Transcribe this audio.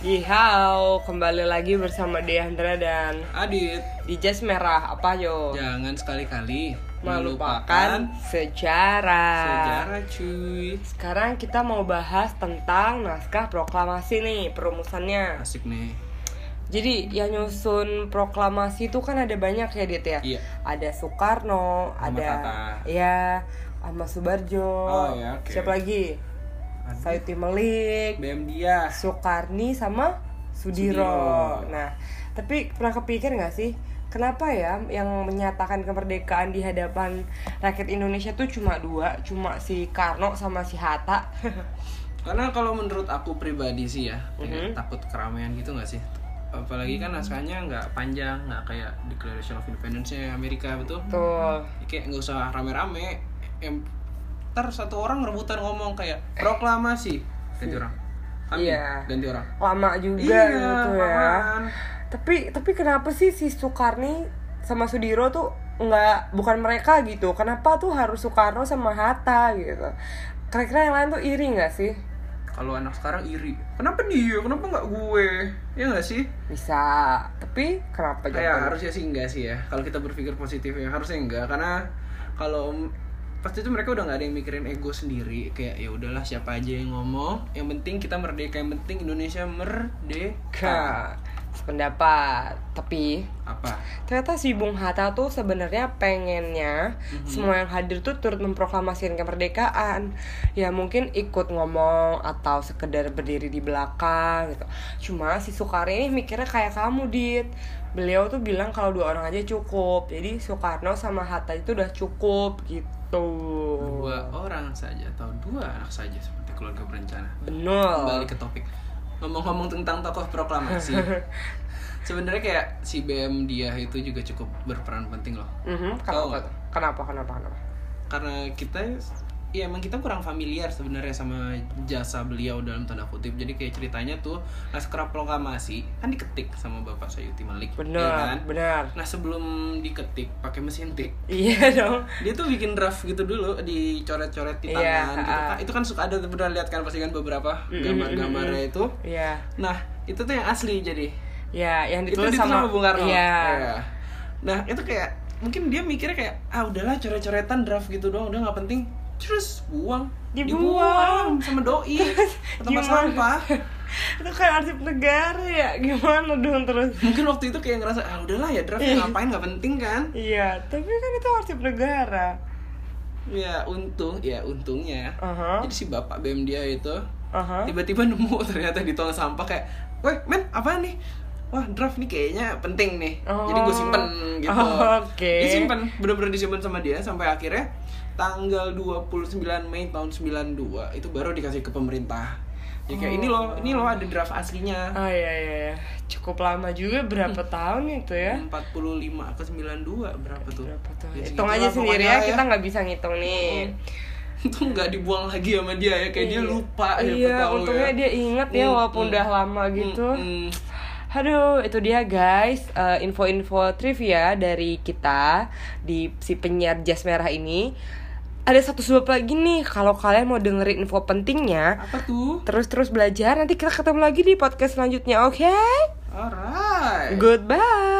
Yihau, kembali lagi bersama Deandra dan Adit, di Jas Merah apa yo? jangan sekali-kali Melupakan sejarah. sejarah cuy. Sekarang kita mau bahas tentang naskah proklamasi nih perumusannya. Asik nih. Jadi yang nyusun proklamasi itu kan ada banyak ya Dit ya. Iya. Ada Soekarno, Sama ada Tata. ya sama Subarjo. Oh, iya, oke. Siapa lagi? Sayuti Melik. BM dia. Soekarni sama Sudiro. Sudiro. Nah, tapi pernah kepikir nggak sih kenapa ya yang menyatakan kemerdekaan di hadapan rakyat Indonesia tuh cuma dua, cuma si Karno sama si Hatta. Karena kalau menurut aku pribadi sih ya, Mhm. ya, takut keramaian gitu nggak sih? Apalagi kan naskahnya nggak panjang, nggak kayak Declaration of Independence-nya Amerika betul? Tuh. Kayak nggak usah rame-rame. Em, ntar satu orang rebutan ngomong kayak proklamasi ganti orang. Amin. Iya. Ganti orang. Lama juga gitu ya. Iya, apaan? Tapi tapi kenapa sih si Soekarni sama Sudiro tuh nggak bukan mereka gitu? Kenapa tuh harus Soekarno sama Hatta gitu? Kira-kira yang lain tuh iri nggak sih? kalau anak sekarang iri kenapa dia kenapa nggak gue ya nggak sih Bisa, tapi kenapa kayak jawabannya? harusnya sih enggak sih ya kalau kita berpikir positif ya harusnya enggak karena kalau m- pasti itu mereka udah nggak ada yang mikirin ego sendiri kayak ya udahlah siapa aja yang ngomong yang penting kita merdeka yang penting Indonesia merdeka Nah, pendapat tapi apa ternyata si Bung Hatta tuh sebenarnya pengennya Mhm. semua yang hadir tuh turut memproklamasikan kemerdekaan ya mungkin ikut ngomong atau sekedar berdiri di belakang gitu cuma si Soekarno ini mikirnya kayak kamu dit beliau tuh bilang kalau dua orang aja cukup jadi Soekarno sama Hatta itu udah cukup gitu dua orang saja atau dua anak saja seperti keluarga berencana bener kembali ke topik ngomong-ngomong tentang tokoh proklamasi sebenarnya kayak si BM dia itu juga cukup berperan penting loh Mhm, Tahu kenapa, nggak? Iya kenapa kenapa kenapa karena kita ya emang kita kurang familiar sebenarnya sama jasa beliau dalam tanda kutip jadi kayak ceritanya tuh naskah proklamasi kan diketik sama bapak Sayuti Malik ya bener kan? bener nah sebelum diketik pakai mesin tik iya dong dia tuh bikin draft gitu dulu dicoret-coret di tangan Iya, gitu ah. kan itu kan suka ada pernah lihat kan pasti kan beberapa Mm, mm, gambar-gambarnya itu iya nah itu tuh yang asli jadi Ya, yang itu ditulis ditulis sama Bung Karno. Iya. Iya. Nah, itu kayak mungkin dia mikirnya kayak ah udahlah coret-coretan draft gitu doang, udah nggak penting. Terus buang, Dibuang. sama doi ke tempat Gimana? sampah. Itu kayak arsip negara ya. Gimana dong terus? Mungkin waktu itu kayak ngerasa ah udahlah ya draft ngapain nggak penting kan? Iya, tapi kan itu arsip negara. Ya untung, ya untungnya. Aha. Jadi si bapak BM dia itu Aha. tiba-tiba nemu ternyata di tong sampah kayak, "Weh, men, apa nih?" Wah draft nih kayaknya penting nih, jadi Oh. gue simpen gitu. Oh, oke. Disimpen, bener-bener disimpen sama dia sampai akhirnya tanggal 29 Mei tahun 92 itu baru dikasih ke pemerintah. Ya kayak ini loh, ini loh ada draft aslinya. Oh iya iya. iya. Cukup lama juga berapa Hmm. tahun itu ya? 45 ke 92 berapa tuh? Berapa tahun? Ya, Hitung aja segitulah sendiri pokoknya ya, kita nggak bisa ngitung nih. itu nggak dibuang lagi sama dia ya kayak dia Iya. lupa ya, Iya, tahu untungnya ya. dia inget ya Mm, walaupun mm. udah lama gitu. Mm, mm. Aduh, itu dia guys Eh, info-info trivia dari kita di si penyiar jas merah ini. Ada satu sebab lagi nih kalau kalian mau dengerin info pentingnya, apa tuh terus-terus belajar nanti kita ketemu lagi di podcast selanjutnya, oke? alright Goodbye.